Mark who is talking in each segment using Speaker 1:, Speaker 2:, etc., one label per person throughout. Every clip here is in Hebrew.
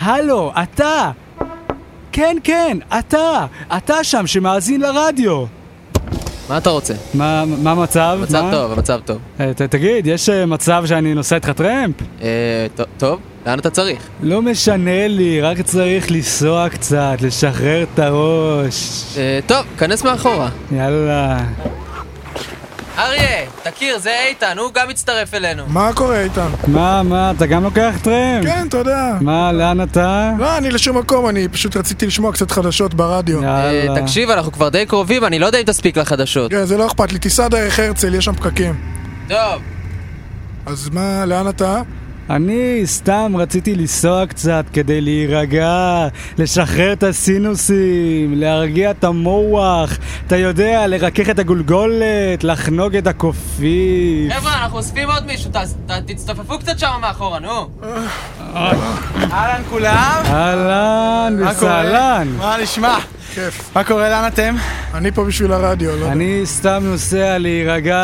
Speaker 1: הלו, אתה! כן, כן, אתה! אתה שם שמאזין לרדיו!
Speaker 2: מה אתה רוצה?
Speaker 1: מה מה המצב?
Speaker 2: מצב
Speaker 1: מה?
Speaker 2: טוב, מצב טוב.
Speaker 1: אה, ת- תגיד, יש אה, מצב שאני נוסע איתך טרמפ?
Speaker 2: אה, ט- טוב, לאן אתה צריך?
Speaker 1: לא משנה לי, רק צריך לנסוע קצת, לשחרר את הראש.
Speaker 2: אה, טוב, כנס מאחורה.
Speaker 1: יאללה.
Speaker 2: אריה, תכיר, זה איתן, הוא גם הצטרף אלינו.
Speaker 3: מה קורה איתן?
Speaker 1: מה, מה, אתה גם לוקח טרמפ?
Speaker 3: כן, תודה.
Speaker 1: מה, לאן אתה?
Speaker 3: לא, אני לשום מקום, אני פשוט רציתי לשמוע קצת חדשות ברדיו.
Speaker 2: אה,
Speaker 1: יאללה.
Speaker 2: תקשיב, אנחנו כבר די קרובים, אני לא יודע אם תספיק לחדשות.
Speaker 3: כן, זה לא אכפת לי, תיסע דרך הרצל, יש שם פקקים.
Speaker 2: טוב.
Speaker 3: אז מה, לאן אתה?
Speaker 1: אני סתם רציתי לנסוע קצת כדי להירגע, לשחרר את הסינוסים, להרגיע את המוח, אתה יודע, לרכך את הגולגולת, לחנוג את הקופים.
Speaker 2: חבר'ה, אנחנו אוספים עוד מישהו, תצטופפו קצת שם מאחורה, נו.
Speaker 4: אהלן כולם,
Speaker 1: אהלן
Speaker 4: מה קורה?
Speaker 1: וסהלן.
Speaker 4: מה נשמע?
Speaker 3: כיף.
Speaker 4: מה קורה, לאן אתם?
Speaker 3: אני פה בשביל הרדיו, לא יודע.
Speaker 1: אני סתם נוסע להירגע.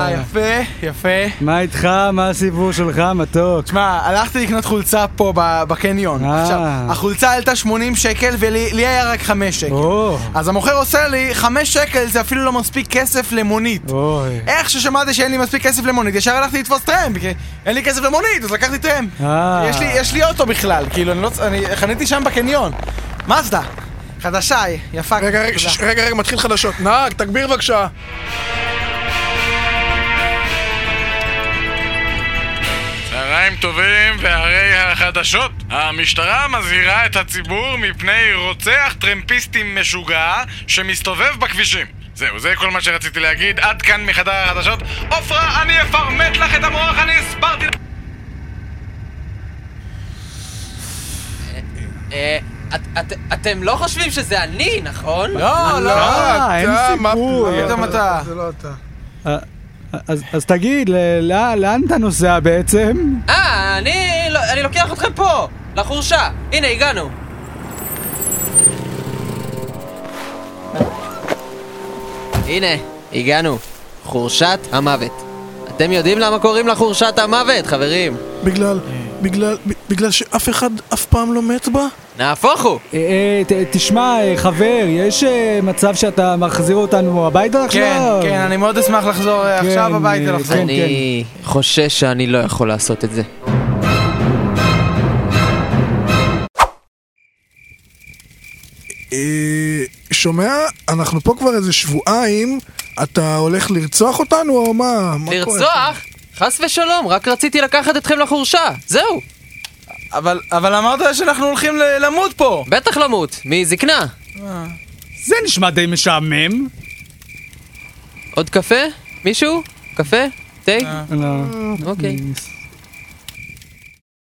Speaker 4: אה, יפה, יפה.
Speaker 1: מה איתך? מה הסיפור שלך, מתוק?
Speaker 4: תשמע, הלכתי לקנות חולצה פה ב- בקניון.
Speaker 1: אה.
Speaker 4: עכשיו, החולצה עלתה 80 שקל ולי לי היה רק 5 שקל.
Speaker 1: או,
Speaker 4: אז המוכר עושה לי 5 שקל זה אפילו לא מספיק כסף למונית.
Speaker 1: אוי.
Speaker 4: איך ששמעתי שאין לי מספיק כסף למונית, ישר הלכתי לתפוס טרמפ, כי אין לי כסף למונית, אז לקחתי טרמפ.
Speaker 1: אה.
Speaker 4: יש לי, יש לי אוטו בכלל, כאילו, אני לא... צ- אני חניתי שם בקניון. מזדה, חדשה, יפה.
Speaker 3: רגע, רגע,
Speaker 4: תודה.
Speaker 3: ש- רגע, רגע, מתחיל חדשות. נהג, תגביר בבקשה.
Speaker 5: צהריים טובים והרי החדשות. המשטרה מזהירה את הציבור מפני רוצח טרמפיסטי משוגע שמסתובב בכבישים. זהו, זה כל מה שרציתי להגיד. עד כאן מחדר החדשות. עופרה, אני אפרמט לך את המוח, אני הסברתי לך...
Speaker 2: אה, את- את- אתם לא חושבים שזה אני, נכון?
Speaker 4: לא, לא.
Speaker 3: אתה,
Speaker 1: אה, אין
Speaker 3: מה-
Speaker 1: סיכוי.
Speaker 3: מה
Speaker 4: פתאום אתה.
Speaker 3: זה לא אתה.
Speaker 1: אז- אז תגיד, ל- לא- לאן אתה נוסע בעצם?
Speaker 2: אה, אני לא- אני לוקח אתכם פה, לחורשה. הנה, הגענו. הנה, הגענו. חורשת המוות. אתם יודעים למה קוראים לה חורשת המוות, חברים?
Speaker 3: בגלל, בגלל, בגלל שאף אחד אף פעם לא מת בה?
Speaker 2: נהפוך הוא!
Speaker 1: אה, אה, ת- תשמע, אה, חבר, יש אה, מצב שאתה מחזיר אותנו הביתה עכשיו?
Speaker 4: כן, כן, אני מאוד אשמח לחזור אה,
Speaker 1: כן,
Speaker 4: עכשיו הביתה
Speaker 1: אה,
Speaker 4: לחזור.
Speaker 1: כן,
Speaker 2: אני חושש שאני לא יכול לעשות את זה.
Speaker 3: אה, שומע? אנחנו פה כבר איזה שבועיים, אתה הולך לרצוח אותנו או מה? מה קורה?
Speaker 2: לרצוח? חס ושלום, רק רציתי לקחת אתכם לחורשה. זהו,
Speaker 4: אבל, אבל אמרת שאנחנו הולכים ל- למות פה.
Speaker 2: בטח למות, מזקנה.
Speaker 1: זה נשמע די משעמם.
Speaker 2: עוד קפה? מישהו? קפה? תה?
Speaker 1: לא.
Speaker 2: אוקיי.